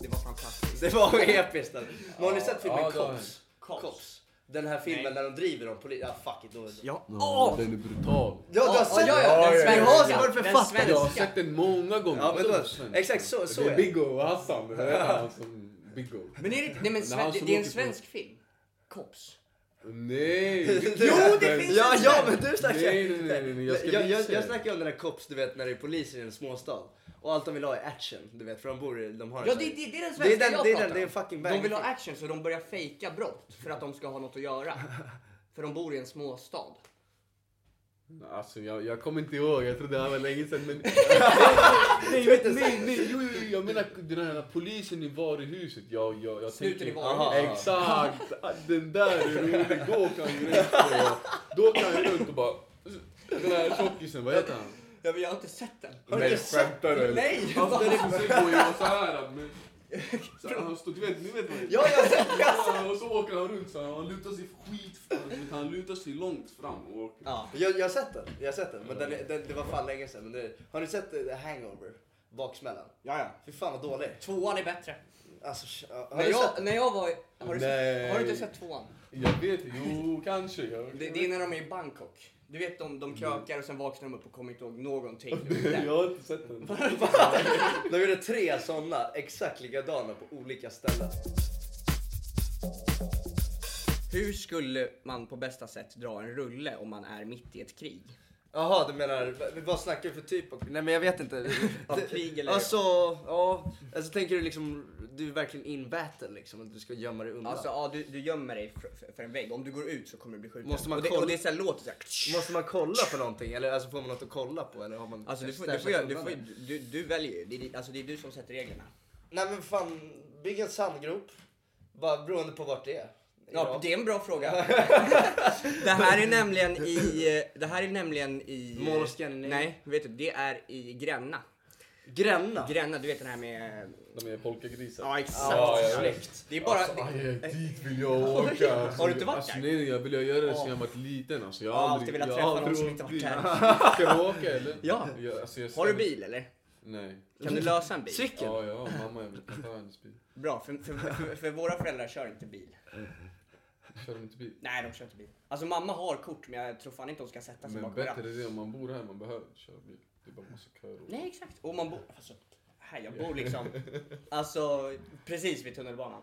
Det var fantastiskt. Det var episkt. Men har ni sett filmen Ja, det har Cops? Cops? Den här filmen när de driver om polisen. Ja, fuck it. Då. Ja, den är brutal. Ja, du har sett ja, ja, den den? Vi svenska. har så varit Den författare. svenska. Ja, Jag har sett den många gånger. men Inte då- bara sen. exakt så, så det är är det. Biggo och Hassan. Det är han som Biggo. Men är det, nej, men Men han sven, det, som det är en åker på- svensk film? Cops? Nej! Jo, det finns Ja, en ja, svensk. men du snackar... Nej, nej, nej, nej, nej, jag ska jag, jag, visa jag er. snackar om den där Cops, du vet, när det är poliser i en småstad. Och allt de vill ha är action, du vet, för de bor i... De har en Ja sån- det, det, det är den svenska det är den, jag det är pratar den, det är om. fucking De bang. vill ha action så de börjar fejka brott för att de ska ha något att göra. För de bor i en småstad. Alltså jag, jag kommer inte ihåg, jag trodde det här var länge sedan men... nej, Du vet nej, inte nej, nej, jo, jo, jag menar den här polisen i varuhuset. Jag, jag, jag Snuten i tänker- varuhuset. Exakt! Den där är rolig, då kan jag ju runt på... Då kan jag ju runt och bara... Den här tjockisen, vad heter han? Ja, men jag har inte sett den. Har du Nej, inte sett skämtar du? Nej! Han går ju och så här. Men, så här, han står, du vet, ni vet vad jag Ja, jag har sett Och så åker han runt så här, han lutar sig skit fram. du vet, Han lutar sig långt fram och åker. Ja, jag, jag har sett den. Jag har sett den. Men den, är- den, det var fan länge sedan. Men det, har ni sett eh, The Hangover? Baksmällan? Ja, ja. Fy fan vad dålig. Tvåan är bättre. Alltså, sh- ja, har När du sett jag, den? när jag var... Har Nej. du, sett, har du inte sett tvåan? Jag vet inte, jo kanske. Jag, Det, det är när de är i Bangkok. Du vet de, Mm. de krökar och sen vaknar de upp och kommer inte ihåg någonting. jag har inte sett den. De gjorde tre sådana exakt likadana på olika ställen. Hur skulle man på bästa sätt dra en rulle om man är mitt i ett krig? Jaha, du menar, v- vad snackar vi för typ av Nej men jag vet inte. Av Det- krig eller- Alltså, ja. Alltså tänker du liksom, du är verkligen in battle liksom? Att du ska gömma dig undan? Alltså ja, du, du gömmer dig för, för- för en vägg. Om du går ut så kommer du bli skjuten. Måste man och, det, kolla- och det är såhär låter såhär. Måste man kolla på någonting eller alltså, får man något att kolla på? Eller har man Alltså du får, du stashat får, göra- du, undan får det? du, du väljer ju. Det, är di- alltså, det är du som sätter reglerna. Nej men fan, bygg en sandgrop. Bara beroende på vart det är. Ja, det är en bra fråga. det här är nämligen i... Det här är nämligen i... Mall of Scandinavia. Nej, vet du. Det är i Gränna. Gränna. Gränna, du vet den här med... De är polkagrisar. Ja, exakt. Ja, jag vet. Släkt. Det är bara... Alltså, aj, dit vill jag åka. Alltså, Har du inte varit alltså, där? Nej, nej, jag vill göra det sen jag var liten. Alltså, jag Jag har alltid velat jag träffa har någon aldrig som inte varit åkt dit. Ska jag åka eller? Ja. Jag, alltså, jag har du ska- bil eller? Nej. Kan du lösa en bil? Cykel? Ja, ja, mamma jag vill ta hennes bil. Bra, för, för, för, för våra föräldrar kör inte bil. Kör de inte bil? Nej, de kör inte bil. Alltså mamma har kort, men jag tror fan inte hon ska sätta Alltså, sig Men bakom ratten. bättre är det om man bor här, man behöver inte köra bil. Det är bara massa köer. och- Nej, exakt. Och man bor... Alltså, här, jag bor liksom... Alltså, precis vid tunnelbanan.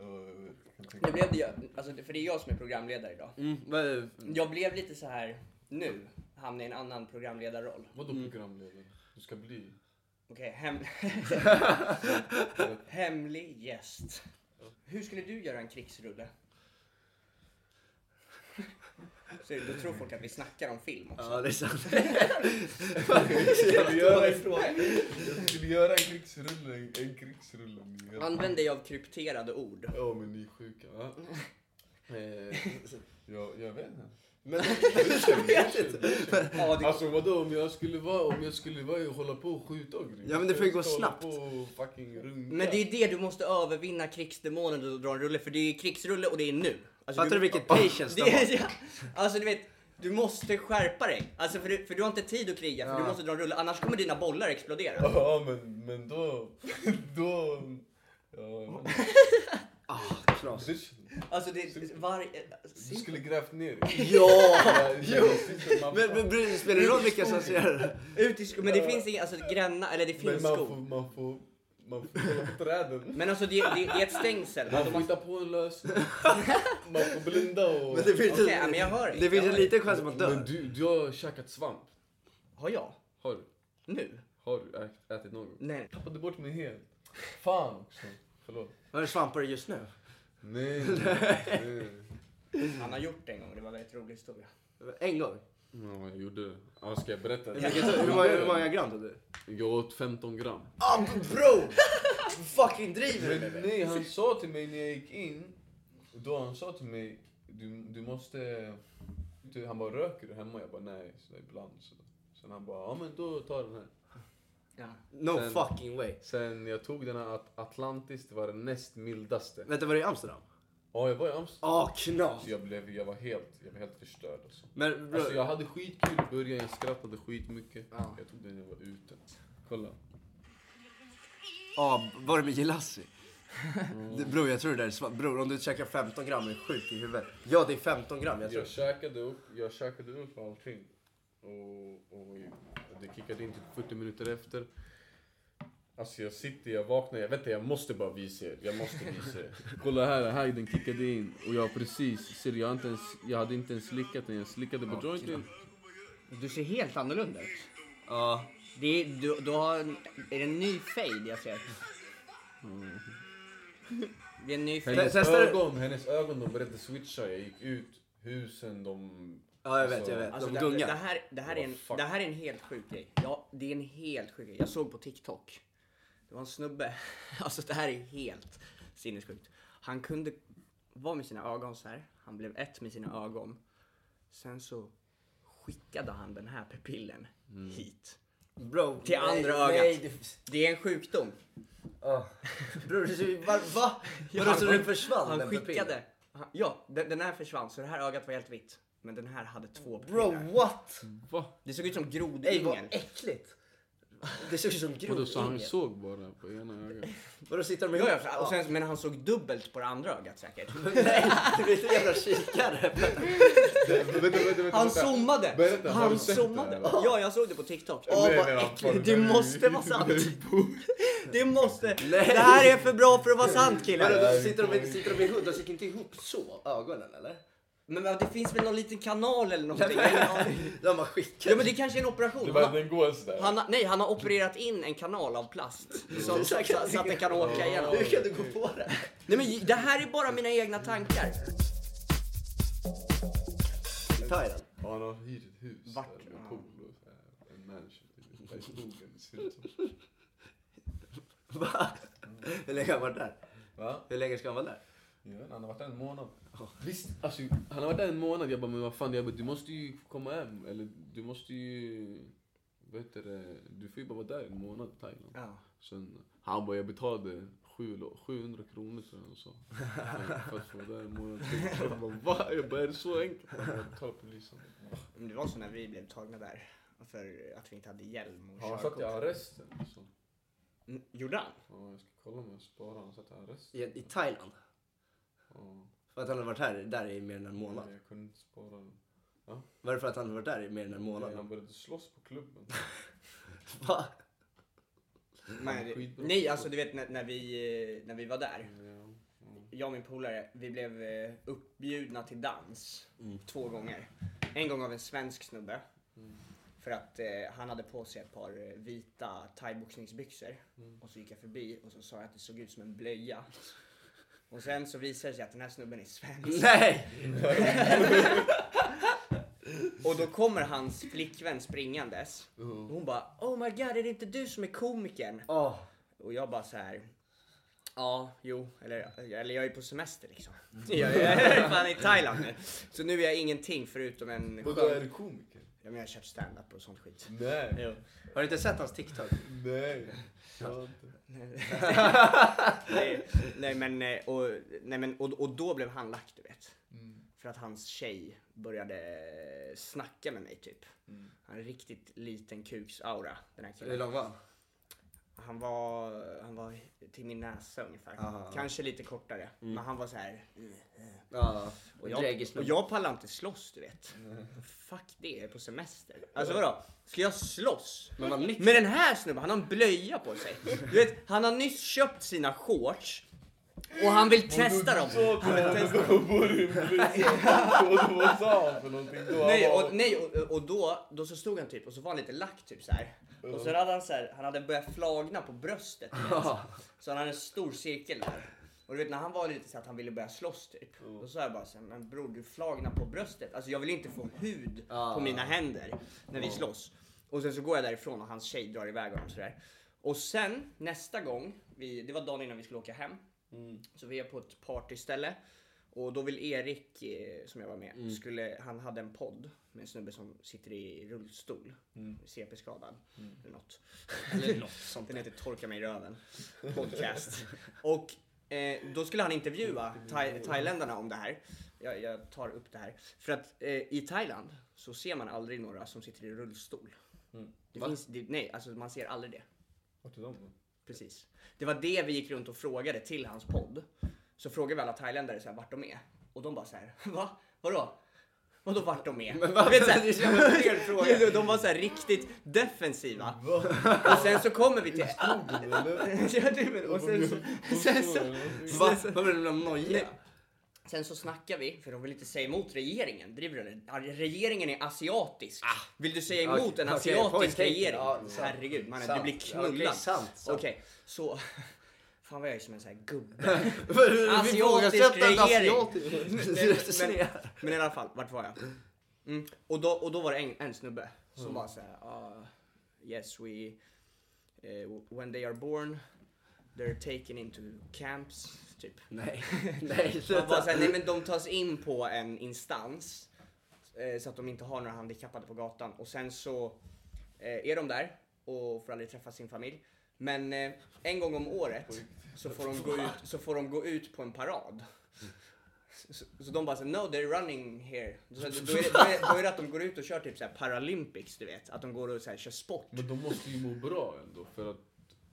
Mm. Nu blev det jag, alltså, för det är jag som är programledare idag. Vad- Jag blev lite så här nu hamnade jag i en annan programledarroll. Mm. Vadå programledare? Du ska bli? Okej, hem... hemlig gäst. Hur skulle du göra en krigsrulle? Så då tror folk att vi snackar om film också. Ja, det är sant. Skulle göra en, jag skulle göra en krigsrulle, en, en krigsrulle. ni vet. Använd dig av krypterade ord. Ja men ni är sjuka. Ja, Eh, jag, jag vet inte. Men jag vet inte. Ja, det... Alltså vadå om jag skulle vara, om jag skulle vara och hålla på och skjuta och grejer. Ja, men det får ju gå Jag ska hålla snabbt. på och fucking runka. Men det är ju det du måste övervinna krigsdemonen och dra en rulle för det är ju krigsrulle och det är nu. Alltså, Fattar du vilket patience det det var? är, ja, Alltså du vet, du måste skärpa dig. Alltså för du, för du har inte tid att kriga för du måste dra en rulle annars kommer dina bollar explodera. Ja men, men då, då. Ja, jag vet inte. Ah, knas. Du- Alltså det, varje... du skulle grävt ner dig. Ja! Jo! Men, men bryr dig- spelar det roll vilka som ser det? Ut i skogen, men det finns inga, alltså gränna, eller det finns Men man får, skog. man får, man får kolla på träden. Men alltså det, det, det är ett stängsel. Man Alltså, får man, hitta på en lösning. Man får blinda och... Men det finns, Okej, men jag hör dig. det finns Jag en hör dig. liten chans att man Men dör. du, du har käkat svamp. har jag? Har du? Nu? Har du äkt- ätit någon gång? Nej. Tappade bort mig helt. Fan också. Förlåt. Har du svampar just nu? Nej. nej. Han har gjort det en gång, det var en väldigt rolig historia. En gång? Ja, jag gjorde det. Ja, ska jag berätta? Vilket- Hur många, hur många gram tog du? Jag åt 15 gram. Ah, bro! Fucking driver du med mig? Nej, han sa till mig när jag gick in. Då han sa till mig, du, du måste... Du, han bara, röker du hemma? Jag bara, nej, så där ibland. Så. Sen han bara, ja men då tar den här. Ja. No Sen- fucking way. Sen jag tog den här At- Atlantis, det var den näst mildaste. Vänta, var det i Amsterdam? Ja, jag var i Amsterdam. Ah, knas. Så Jag, blev, jag, var helt, jag var helt förstörd. Alltså. Men bro, Alltså, jag hade skitkul i början, jag skrattade skitmycket. Ja. Jag tog den när jag var ute. Kolla. ah, var det med Gilassi? Det- Bror jag tror det där är svamp. Bror om du käkar 15 gram är du sjuk i huvudet. Ja det är 15 gram jag tror. Jag käkade upp, jag käkade upp allting. Och, och det kickade in typ 40 minuter efter. Alltså jag sitter, jag vaknar, jag vet inte, jag måste bara visa er. Jag måste visa er. Kolla här, här den kickade in. Och jag precis, ser jag, har inte ens, jag hade inte ens slickat den, jag slickade på jointen. Du ser helt annorlunda ut. Ja. Det är, du, du har en, är det en ny fade jag ser? Mm. Det är en ny fade. Hennes Testar du- ögon, hennes ögon de började switcha, jag gick ut, husen de... Ja jag vet, jag vet. Alltså, De det, det, gungar. här, det, här är en, Åh, fuck. det här är en helt sjuk grej. Ja, det är en helt sjuk grej. Jag såg på TikTok. Det var en snubbe. Alltså det här är helt sinnessjukt. Han kunde vara med sina ögon så här. Han blev ett med sina ögon. Sen så skickade han den här pupillen hit. Bro. Till nej, andra Nej, ögat. det- Det är en sjukdom. Ah. Bror, du ser ju- va? va? Vadå så den försvann? Han den pupillen? skickade. Han, ja, den, den här försvann så det här ögat var helt vitt. Men den här hade två pupiller. Bro what? Va? Det såg ut som Ey vad grodyngel. äckligt. Det ser ut som Vadå, så han grodingel. såg bara på ena ögat? Vadå sitter de Ja, ihop? ja, och sen, men han såg dubbelt på det andra ögat säkert. Nej, du vet en jävla kikare. vänta, vänta, vänta, Han vänta. zoomade! Berätta, har du han sett zoomade! det här? Ja, jag såg det på TikTok. Åh, nej, vad nej, vad fan, äckligt. det Det här är måste ju- vara sant. Det måste. Det här är för bra för att vara sant killar. Vadå, sitter de, sitter de ihop? De sitter inte ihop så, ögonen eller? Men men det finns väl någon liten kanal eller någonting? Jag har ingen aning. De har skickat. Ja men det kanske är en operation. Du Han bara, har, den går sådär. han, har- nej, han har opererat in en kanal av plast. Så, så, så, så att den kan åka igenom. Mm. Hur kan du gå på det? Nej men det här är bara mina egna tankar. I Thailand. Ja, han har hyrt ett hus Vart? där med pool och så här, en mansion. typ, Där i skogen. det ser ut som. Va? Hur länge har han varit där? Va? Hur länge ska han vara där? Ja, han har varit där en månad. Visst, alltså, han har varit där en månad. Jag bara, men vad fan, jag bara, du måste ju komma hem. Eller du måste ju... Vet du, det, du får ju bara vara där en månad i Thailand. Ja. Sen, han bara, jag betalade sju lo- 700 kronor för honom. Så. För att få vara där en månad till. Jag bara, va? Jag bara, är det så enkelt? Han bara, Jag betalade polisen. Men Det var så när vi blev tagna där. För att vi inte hade hjälm och Ja, Han satt i körkort. arresten. Så. Mm, Gjorde han? Ja, jag ska kolla om jag sparar. Han satt i arresten. I, I Thailand? Oh. Ja. För att han har varit här, där i mer än en månad? Mm. Nej, Jag kunde inte spara den. Var det för att han har varit där i mer än en Nej, Mm. månad? Han började slåss på klubben. Va? Nej, skitbra. nej, alltså du vet när, när, vi, eh, när vi var där. Ja. Jag och min polare, vi blev eh, Mm. uppbjudna till dans två gånger. En gång av en svensk snubbe. För att eh, han hade på sig ett par eh, vita thaiboxningsbyxor. Mm. Och så gick jag förbi och så sa jag att det såg ut som en blöja. Och sen så visade det sig att den här snubben är svensk. Nej! Och då kommer hans flickvän springandes. Och hon bara Oh my god, är det inte du som är komikern? Åh, Och jag bara så här. Ja, jo, eller, eller jag är på semester liksom. Jag är- jag är fan i Thailand nu. Så nu är jag ingenting förutom en Vadå, är skön... du komiker? Ja, men jag har kört stand-up och sånt skit. Nej, Jo. Har du inte sett hans TikTok? nej. jag har inte. nej, nej, men, eh, och, nej, men och, och då blev han lack du vet. Mm. För att hans tjej började snacka med mig typ. Mm. Han har riktigt liten kuks-aura den här Hur killen. lång var han? Han var, han var till min näsa ungefär. Kanske lite kortare. Men han var så här. eh. Ja, Mm. Och jag, och jag pallar inte slåss du vet. Fuck det, jag är på semester. Alltså vadå? Ska jag slåss? Men vad nytt. Med den här snubben, han har en blöja på sig. Du vet, han har nyss köpt sina shorts. Och han vill testa dem. Han vill testa Då bor du i USA. Och Vad sa han för någonting då? Nej, Han var- och, nej, och, och då, då så stod han typ och så var han lite lack typ så här. Och Mm. så hade han så här, han hade börjat flagna på bröstet. du vet. Så han hade en stor cirkel där. Och du vet när han var lite så att han ville börja slåss typ. Mm. Då sa jag bara så här, men bror du flagnar på bröstet. Alltså jag vill inte få hud Ah. på mina händer när vi slåss. Och sen så går jag därifrån och hans tjej drar iväg honom sådär. Och sen nästa gång, vi, det var dagen innan vi skulle åka hem. Mm. Så vi är på ett partyställe. Och då vill Erik, eh, som jag var med, skulle, han hade en podd med en snubbe som sitter i rullstol. CP-skadad. Eller något. Mm. Eller något sånt. Den heter Torka mig i röven. Podcast. och eh, då skulle han intervjua thai- thailändarna om det här. Jag, jag tar upp det här. För att eh, i Thailand så ser man aldrig några som sitter i rullstol. Det finns, det, nej, alltså man ser aldrig det. Vart är de då? Precis. Det var det vi gick runt och frågade till hans podd. Så frågade vi alla thailändare så här, vart de är. Och de bara så här, va? Vadå? Vadå vart de är? Men vet, så här, det känns fel fråga. De var så här riktigt defensiva. Och sen så kommer vi till... ja, det, men, och sen så... Sen så, Va? sen så Vad blev de nojiga? Sen så snackar vi, för de vill inte säga emot regeringen. Driver du eller? Ja, Regeringen är asiatisk. Vill du säga emot Ah. Okej, en okej, asiatisk point taken. regering? Ja, sant. Herregud, mannen, Sant. du blir Ja, okej, knullad. sant, sant. Okej, så... Fan vad jag är som en sån här gubbe. Vi ifrågasätter en regering. asiatisk regering. Men i alla fall, vart var jag? Mm. Och, då, och då var det en, en snubbe som Mm. bara såhär, ah yes we, eh, when they are born, they're taken into camps, typ. Nej, nej, Man bara sluta. såhär, nej men de tas in på en instans eh, så att de inte har några handikappade på gatan och sen så eh, är de där och får aldrig träffa sin familj. Men eh, en gång om året så får de gå ut, så får de gå ut på en parad. Så, så de bara såhär, no they're running here. Så, då, är det, då, är det, då är det att de går ut och kör typ såhär Paralympics, du vet. Att de går och såhär, kör sport. Men de måste ju må bra ändå för att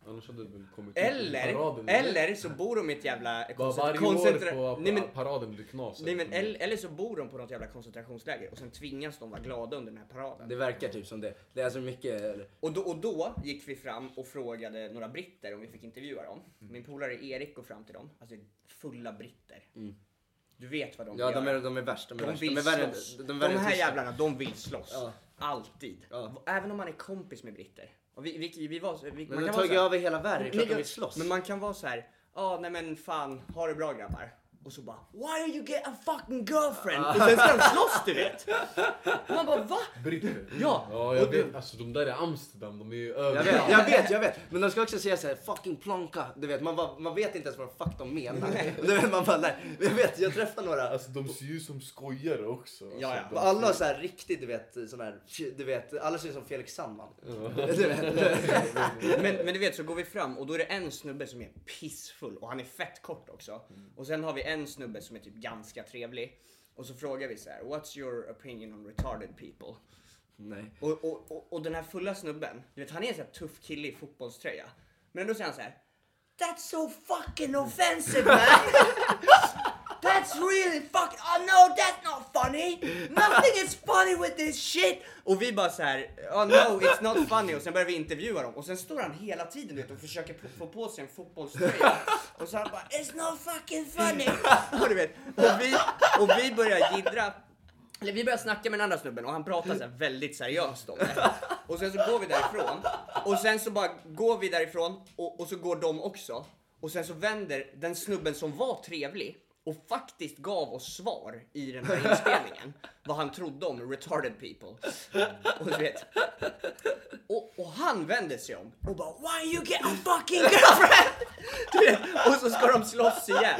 annars hade det väl kommit ut i Eller, paraden, eller så bor de i ett jävla Var koncent- varje år koncentra- på Nej, men- paraden blir knasigt. Nej, men, eller, eller så bor de på något jävla koncentrationsläger och sen tvingas de vara glada under den här paraden. Mm. Det verkar typ som det. Det är så mycket... eller- Och då, och då gick vi fram och frågade några britter om vi fick intervjua dem. Mm. Min polare Erik går fram till dem, alltså fulla britter. Du vet vad Mm. de Ja, vill de göra. är, de är värst. De är De värst. vill är värre än- slåss. de är De, värre än här Tyskland. jävlarna, de vill slåss. Ja. Alltid. Ja. Även om man är kompis med britter. Och vi, vi, vi var, så- vi, Men de vara tar så ju här- över hela världen. Det är klart de Nej, vill slåss. Men man kan vara så här. ja nej men fan, ha det bra grabbar. Och så bara Why are you get a fucking girlfriend? Och sen ska de slåss du vet. Man bara va? Britter. Ja, ja jag och du- vet. Alltså de där i Amsterdam, de är ju Jag överallt. vet, jag vet, jag vet. Men de ska också säga såhär, fucking plonka. Du vet, man, bara, man vet inte ens vad fuck de menar. Du vet, man bara, nej. Jag vet, jag träffar några. Alltså de ser ju ut som skojare också. Alltså, Ja, ja. de- Alla har såhär riktigt, du vet, sån här, du vet, alla ser ut som Felix Sandman. Du vet. Men, men du vet så går vi fram och då är det en snubbe som är pissfull och han är fett kort också. Och sen har vi en snubbe som är typ ganska trevlig. Och så frågar vi så här, what's your opinion on retarded people? Nej. Och, och, och, och den här fulla snubben, du vet han är en sån här tuff kille i fotbollströja. Men ändå säger han så här. That's so fucking offensive man! That's really fucking, oh no that's not funny! Nothing is funny with this shit! Och vi bara så här, oh no it's not funny och sen börjar vi intervjua dem och sen står han hela tiden du vet, och försöker po- få på sig en fotbollströja och så han bara it's not fucking funny! Och du vet, och vi, och vi börjar jiddra Eller vi började snacka med den andra snubben och han pratade så här väldigt seriöst om det. Och sen så går vi därifrån och sen så bara går vi därifrån och, och så går de också. Och sen så vänder den snubben som var trevlig och faktiskt gav oss svar i den här inspelningen vad han trodde om retarded people. Och du vet. Och, och han vänder sig om och bara Why you get a fucking girlfriend? Du vet, och så ska de slåss igen.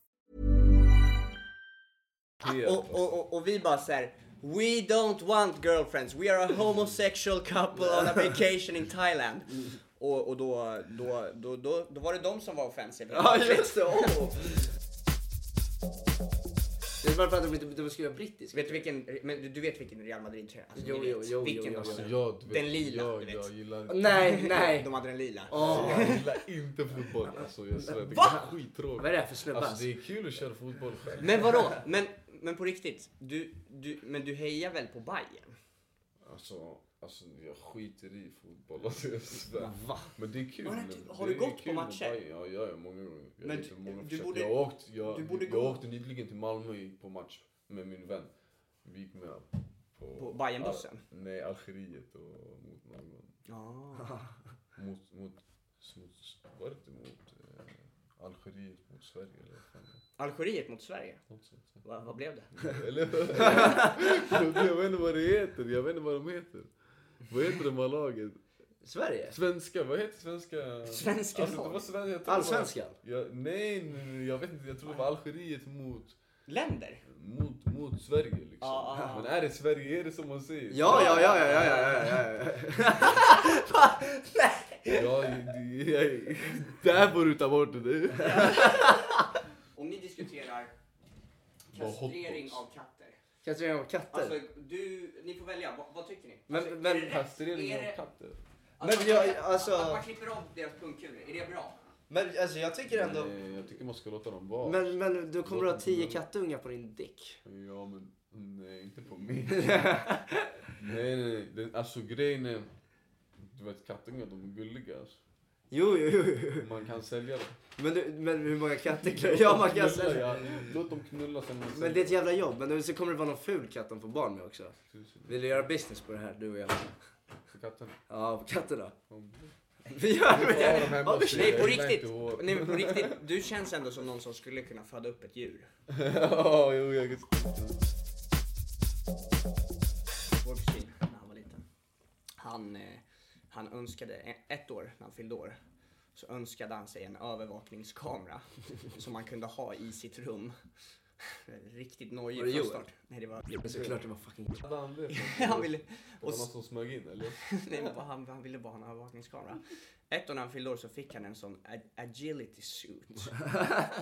Ah, Och, och, och, och vi bara så här. We don't want girlfriends, we are a homosexual couple on a vacation in Thailand. Och, och då, då, då, då, då var det de som var offensiva. Ja just det, åh! Det är bara för att de inte de skulle vara brittiska. Vet du vilken, men du- du vet vilken Real Madrid tröja? Alltså, Jo, ni jo, vet jo, jo, vilken jo, de jo. hade. Jag, du vet, Den lila, jag, du vet. jag gillar inte, Nej, nej. De hade den lila. jag gillar inte fotboll. Alltså, jag svär, det Va? är skittråkigt. Vad är det här för snubbar? Alltså, det är kul att köra fotboll själv. Men vadå? Men, men på riktigt, du, du, men du hejar väl på Bayern? Alltså, alltså, jag skiter i fotboll. Alltså, jag svär. Men det är kul. Har du- Det har du är gått på kul med matcher? Bayern. Ja, jag är många gånger. Jag, Men men du, du- många du försök. borde- jag, har åkt, jag, du borde jag, gå. åkte nyligen till Malmö på match med min vän. Vi gick med på, På Bayernbussen? Al- nej, Algeriet och mot Malmö. Ah. Mot, mot, mot, var det inte mot eh, Algeriet mot Sverige eller vad fan? Algeriet mot Sverige? Något sånt. Va, vad blev det? Eller Jag vet inte vad det heter. Jag vet inte vad de heter. Vad heter de här lagen? Sverige? Svenska, vad heter svenska? Svenska alltså, det lag. var sven, jag tror det var- Allsvenskan? Ja, nej, nej, nej, jag vet inte. Jag tror det var Algeriet mot, Länder? mot, mot Sverige liksom. Ja. Men är det Sverige, är det som man säger? Ah, Ja, ja, ja, ja, ja, ja, ja, ja. ja det- jag- där får du ta bort det. du. Om ni diskuterar Bara hotdogs. kastrering av katter. Kastrering av katter? Alltså, du, ni får välja. Vad, vad tycker ni? Men- alltså, men- är det- Kastrering är av det- katter. Alltså, Men jag- alltså- Att man klipper av deras pungkulor, är det bra? men alltså jag tycker ändå... Nej, Eh, jag tycker man ska låta dem vara. Men, men du kommer att ha tio kattungar på din dick. Ja men nej inte på mig. nej nej nej, Den- alltså grejen är. Du vet kattungar de är gulliga alltså. Jo, jo, jo, jo. Man kan sälja dem. Men, du, men hur många katter klarar Ja, man kan Knulla, sälja. ja. Låt dem knulla sen man Men säljer det är ett jävla jobb. Men så kommer det vara någon ful katt de får barn med också. Tusen Vill du göra business på det här, du och jag? för katten. Ja, på katterna. Vi gör Ja, det! de här Ja, måste- Nej på jag gillar riktigt, inte hår. nej, men på riktigt, du känns ändå som någon som skulle kunna föda upp ett djur. Ja, jo jag Vår kusin, när han var liten. Han, eh, han önskade, e- ett år när han fyllde år, så önskade han sig en övervakningskamera som man kunde ha i sitt rum. Riktigt Var det nojig från Joel? start. Nej det var... Men såklart det var fucking... Hade han det? Han ville, Det var någon som smög in eller? nej, men han, han ville bara ha en övervakningskamera. Ett år när han fyllde år så fick han en sån ag- agility suit.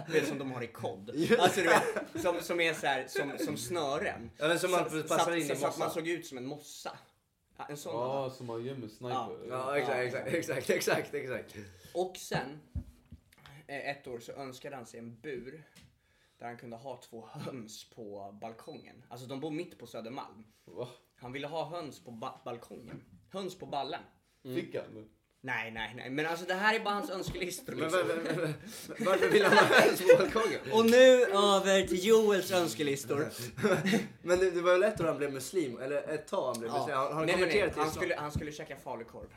Du vet, som de har i kod. Alltså, du vet, som, som är så här, som, som snören. Ja, men som man Så- passar så, in i så, så att mossan. man såg ut som en mossa. Ja, en sån hade han. Ja, som man gömmer sniper. Ja, exakt, exakt, exakt, exakt, exakt. Och sen, eh, ett år, så önskade han sig en bur där han kunde ha två höns på balkongen. Alltså de bor mitt på Södermalm. Va? Han ville ha höns på ba- balkongen. Höns på ballen. Mm. Fick han? Nej, nej, nej. Men alltså det här är bara hans önskelistor Men liksom. var- var- var- varför vill han ha höns på balkongen? Och nu över till Joels önskelistor. Men det, det var väl ett år han blev muslim, eller ett tag han blev Ja. muslim. Har han Nej, nej, nej. konverterat till islam? han, Mm. skulle, han skulle käka falukorv.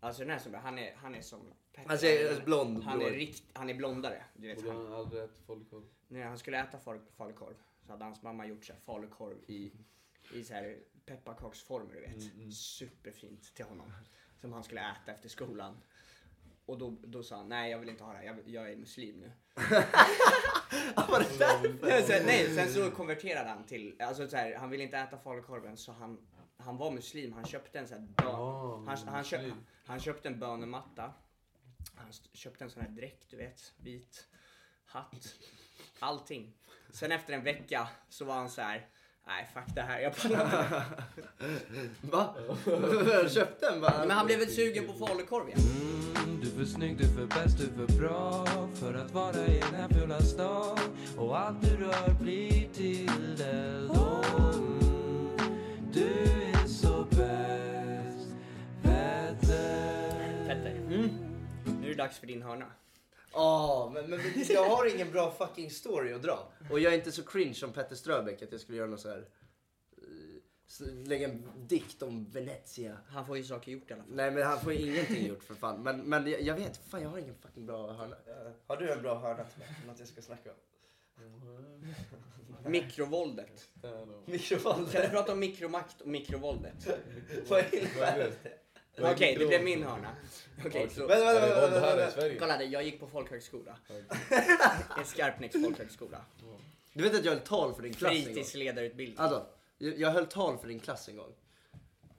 Alltså den här snubben, han är, han är som... Petter. Alltså, jag är blond, Han är, blå. rikt, han är blondare. Du vet, Borde han, han aldrig ätit falukorv? när han skulle äta fal- falukorv så hade hans mamma gjort så här falukorv i, i så här pepparkaksformer, du vet. Superfint till honom. Som han skulle äta efter skolan. Och då, då sa han, nej jag vill inte ha det här, jag, jag är muslim nu. nej, sen, nej, sen så konverterade han till, alltså så här, han ville inte äta falukorven så han, han var muslim, han köpte en sån här bön, Ah, han, han, köp, muslim. han köpte en bönematta. Han st- köpte en sån här dräkt, du vet, vit hatt, allting. Sen efter en vecka så var han så här, nej fuck det här, jag pallar inte. Va? Han Köpte en bara? Men han blev väl sugen på falukorv igen. Mm, Du är för snygg, du är för bäst, du är för bra för att vara i den här fula stan och allt du rör blir till det mm, Du är så bäst, Petter Petter, nu är det dags för din hörna. Ja, men, men jag har ingen bra fucking story att dra. Och jag är inte så cringe som Petter Ströbeck att jag skulle göra något så här... eh, s- Lägga en dikt om Venezia. Han får ju saker gjort i alla fall. Nej men han får ju ingenting gjort för fan. Men, men jag, jag vet, fan jag har ingen fucking bra hörna. Eh, Har du en bra hörna till mig? Något jag ska snacka om? Mikrovåldet. Kan vi Mikrovåldet? prata om mikromakt och mikrovåldet? Vad innebär det? Okej, det blev min hörna. Okej, så... Vänta, vänta, Är vänta, det våld vänta, här i vänta. Sverige? Kolla, det, jag gick på folkhögskola. En Skarpnäcks folkhögskola. Du vet att jag höll tal för din klass en gång? Fritidsledarutbildning. Alltså, jag jag höll tal för din klass en gång.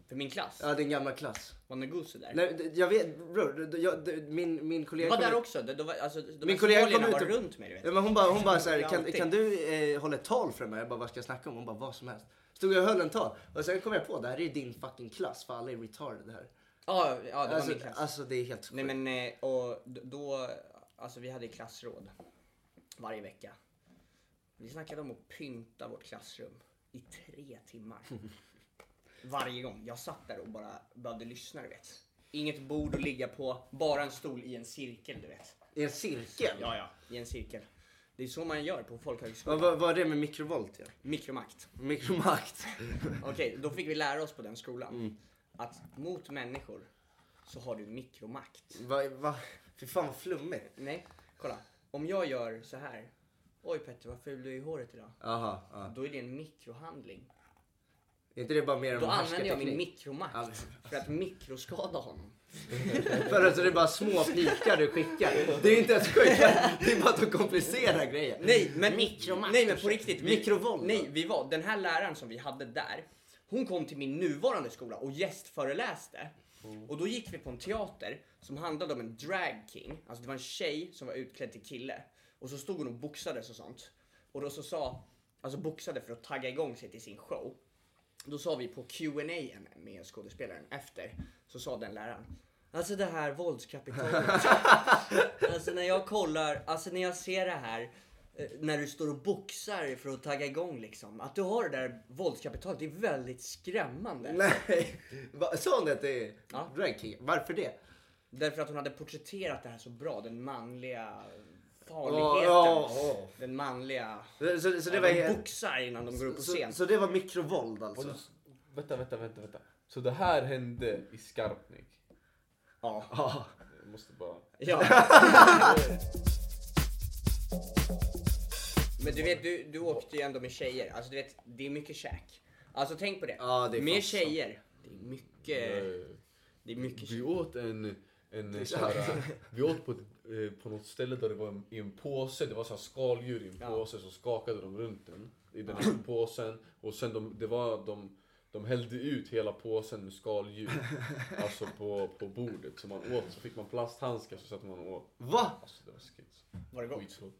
För min klass? Ja, din gamla klass. Var Ngozi där? Nej, d- jag vet, bror, d- jag, d- min, min jag kollega... var kom där ut- också. Det, det var, alltså, de Min Min kollega kollega kom ut var och- runt mig, du vet. Ja, men hon bara, hon bara så här, Ja, kan, alltid. kan du eh, hålla ett tal för mig? Jag bara, vad ska jag snacka om? Hon bara, vad som helst. Stod jag och höll en tal. Och sen kom jag på, det här är ju din fucking klass för alla är retarded här. Ja, ja, det var Alltså, min klass. alltså det är helt Nej sjukt. men, eh, och d- då, alltså vi hade klassråd varje vecka. Vi snackade om att pynta vårt klassrum i tre timmar. Varje gång. Jag satt där och bara behövde lyssna, du vet. Inget bord att ligga på, bara en stol i en cirkel, du vet. I en cirkel? Ja, ja, i en cirkel. Det är så man gör på Vad, folkhögskolan. vad, vad är det med mikrovolt? Ja? Mikromakt. Mikromakt? Okej, då fick vi lära oss på den skolan Mm. att mot människor så har du mikromakt. va, va? Fy fan vad flummigt. Nej, kolla. Om jag gör så här. Oj Petter, vad ful du är i håret idag. Jaha, ja. Då är det en mikrohandling. Är inte det bara mer Då om använder jag min härskarteknik? Ja. mikromakt för att mikroskada honom. För att det är bara små pikar du skickar. Det är inte ens sjukt. Det är bara att du komplicerar grejen. Nej, men, Mikromakt. nej, men på riktigt. Vi, Mikrovolt. Nej, vi var, den här läraren som vi hade där, hon kom till min nuvarande skola och gästföreläste. Och då gick vi på en teater som handlade om en drag king. Alltså det var en tjej som var utklädd till kille. Och så stod hon och boxades och sånt. Och då så sa, alltså boxade för att tagga igång sig till sin show. Då sa vi på Q&A med skådespelaren efter, så sa den läraren Alltså det här våldskapitalet. alltså när jag kollar, alltså när jag ser det här, eh, när du står och boxar för att tagga igång liksom. Att du har det där våldskapitalet, det är väldigt skrämmande. Nej. Va- Sa hon det till Ja. dragking? Varför det? Därför att hon hade porträtterat det här så bra, den manliga farligheten. Ja, ja, Den manliga... ja. Så, så det Ja, var de helt... boxar innan de går upp på Så, scen. så det var mikrovåld Har alltså? du- Vänta, vänta, vänta, vänta. Så det här hände i Skarpnäck? Ja. Ja. Jag måste bara... Ja. Men du vet, du, du åkte ju ändå med tjejer. Alltså du vet, det är mycket käk. Alltså tänk på det. Ja, det är fan med sant. tjejer. Det är mycket... Eh, Det är mycket Vi käk. åt en... en så här, vi åt på, ett, eh, på något ställe där det var en, i en påse, det var så här skaldjur i en Ja. påse så skakade de runt den. I den här påsen. Och sen de, det var de, de hällde ut hela påsen med skaldjur. Alltså på, på bordet. Så man åt, så fick man plasthandskar så satt man och åt. Va? Alltså det var skit. Var det gott? Skitgott.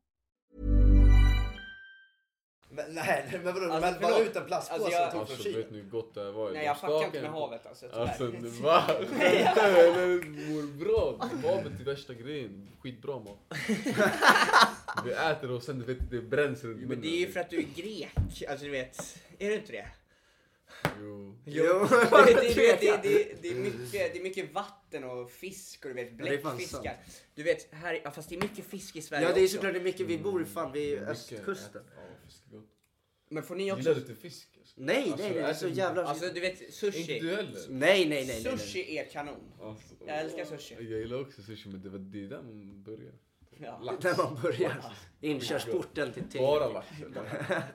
Men, nej, men vadå? Alltså, men bara förlåt. ut en plastpåse Alltså, jag- och tog från Alltså Kina? vet ni hur gott det här var? Nej, jag fuckar skakar inte med havet, alltså, tyvärr. Alltså va? Skämtar du eller? Mår bra? Havet är värsta grejen. Skitbra mat. Vi äter och sen du vet det bränns runt Jo, men det är ju för att du är grek. Alltså du vet, är du inte det? Jo. Jo, det, det, det, det, det, det, är mycket, det är mycket vatten och fisk och du vet Ja, det är fan bläckfiskar. sant. Du vet, här, ja, fast det är mycket fisk i Sverige Ja, det är också. såklart det är mycket. Vi bor ju fan vid östkusten. Ja, fisk är gott. Men får ni Gillar också... du inte fisk? alltså? Nej, nej, nej, det Alltså, är äter så du- jävla... Alltså du vet, sushi. Inte du heller? Nej, nej, nej, nej. nej. Sushi är kanon. Alltså, Jag älskar sushi. Jag gillar också sushi men det var det är där man börjar. Ja. Lax. Där man börjar. Inkörsporten till ting. Bara lax.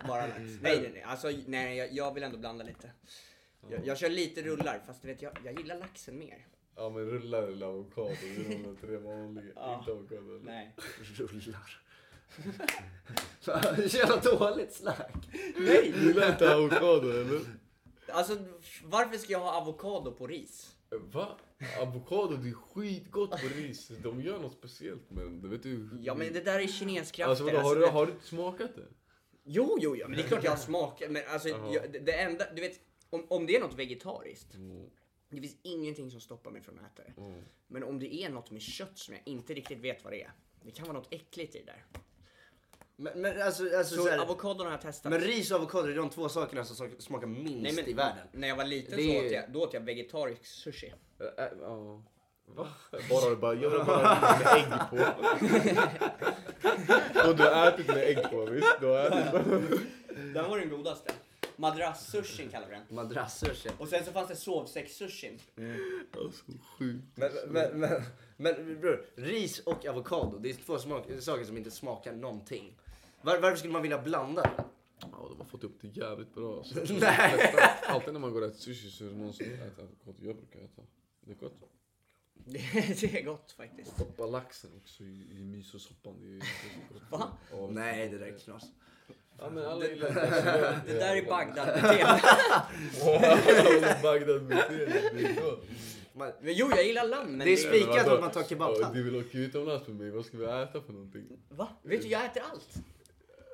Bara lax. Nej, nej, nej. Alltså, nej jag, jag vill ändå blanda lite. Jag, jag kör lite rullar, fast du vet, jag, jag gillar laxen mer. Ja men rullar eller avokado. Det är de tre vanliga. Inte avokado. eller? Nej. Rullar. Fan, det är så jävla dåligt snack. Nej! Du gillar inte avokado eller? Alltså, varför ska jag ha avokado på ris? Va? Avokado det är skitgott på ris. De gör något speciellt med den. Du vet ju. Ja, men det där är kineskrafter. Alltså vadå, har, alltså, du, det- har du inte smakat det? Jo, jo, ja, men det är klart jag har smakat. Men alltså, jag, det, det enda, du vet, om, om det är något vegetariskt. Mm. Det finns ingenting som stoppar mig från att äta det. Men om det är något med kött som jag inte riktigt vet vad det är. Det kan vara något äckligt i det där. Men, men alltså, alltså Så, så här, avokadon har jag testat. Men ris och avokado det är de två sakerna som sak- smakar minst Nej, men i världen. När jag var liten Det så är åt ju- jag, då åt jag vegetarisk sushi. Äh, äh, Ja. Va? Bara du bara gör det bara med ägg på. Och du har ätit med ägg på visst? Du har ätit Den var den godaste. Madrassushin kallar vi den. Madrassushi. Och sen så fanns det sovsäckssushin. Alltså, Men, men, men, men bror, ris och avokado det är två smak- saker som inte smakar någonting. Var, varför skulle man vilja blanda det? Ja, de har fått upp det jävligt bra. Alltså. Nej. Alltid när man går och äter sushi så är det någon som äter avokado. Jag brukar äta. Det är gott. Det, det är gott faktiskt. Stoppa laxen också i, i misosoppan. Det är det är gott. Va? Ja, Nej, det där är knas. Ja, men alla gillar det. Det där är Bagdad-beteende. Bagdad med fel. Det är gott. Man, Men jo, jag gillar lamm. Men det är spikat att man tar Ja, kebabtallrik. Du vill åka utomlands med mig. Vad ska vi äta för någonting? Va? Vet du, jag äter allt.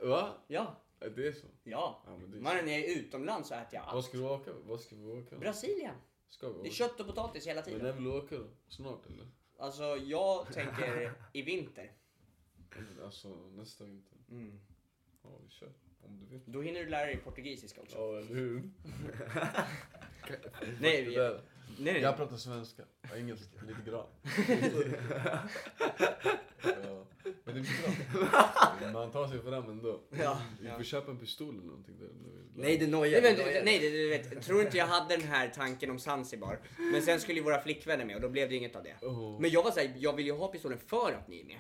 Va? Ja. Ja, Det är så. Ja. Ja, men det är Mannen, när jag är utomlands så äter jag Vad allt. ska vi åka? Vad ska vi åka? Brasilien. Ska vi Det är åka? kött och potatis hela Men tiden. när vill du åka då? Snart eller? Alltså, jag tänker i vinter. Alltså nästa vinter. Ja, vi kör. Om du vill. Då hinner du lära dig portugisiska också. Ja, eller hur? Nej, Det vi, där. nej, nej. Jag pratar svenska, och engelska, lite grann. ja, men det blir bra. Man tar sig fram ändå. Ja, Vi ja. får köpa en pistol eller någonting där. om du vill. Nej, det nojar. Nej, men, det nojar. nej du, du vet, tror inte jag hade den här tanken om Zanzibar. Men sen skulle ju våra flickvänner med och då blev det inget av det. Åh. Men jag var såhär, jag vill ju ha pistolen för att ni är med.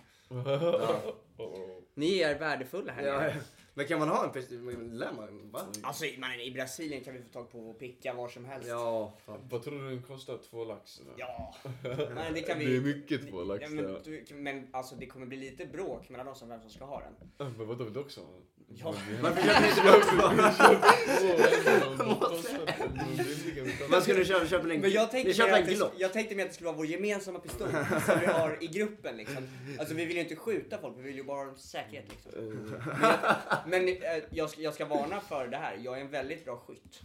Ni är värdefulla här Ja, nere. ja. Men kan man ha en pistol? Men Lär man? Va? Alltså i- mannen, i Brasilien kan vi få tag på och picka var som helst. Ja, fan. Vad tror du den kostar? Två lax? eller? Ja. Men det kan vi... Det är mycket två lax Ja, där. men, du, men alltså det kommer bli lite bråk mellan oss om vem som ska ha den. Äh, Men vadå, vill du också ha den? Ja. Varför köper ni inte bara två? Vad ska ni köpa? Köper ni en, Men jag tänkte, ni köper mer en att, det, Glock? jag tänkte mer att det skulle vara vår gemensamma pistol som vi har i gruppen liksom. Alltså vi vill ju inte skjuta folk, vi vill ju bara ha dem till säkerhet liksom. Men, jag, men eh, jag, ska, jag ska varna för det här, jag är en väldigt bra skytt.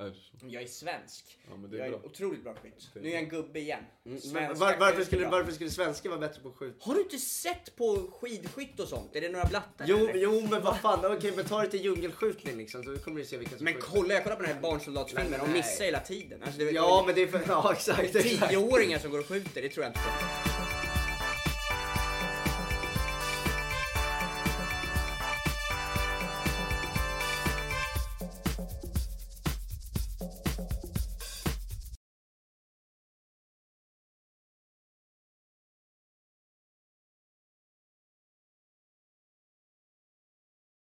Äsch. Jag är svensk. Ja, men det jag är är bra. otroligt bra skytt. Det är Nu är jag en gubbe igen. Men Svenska var, varför, skyttar. skulle, varför skulle svenskar vara bättre på att skjuta? Har du inte sett på skidskytt och sånt? Är det några blattar? Jo, eller? jo men vad fan. Okej, men ta det till djungelskjutning liksom så kommer du se vilka som Men skjuter. kolla, jag kollar på den här barnsoldatsfilmen, de Nej. missar hela tiden. Alltså, det, Ja, men det är för... Ja, exakt. exakt. Tioåringar som går och skjuter, det tror jag inte på.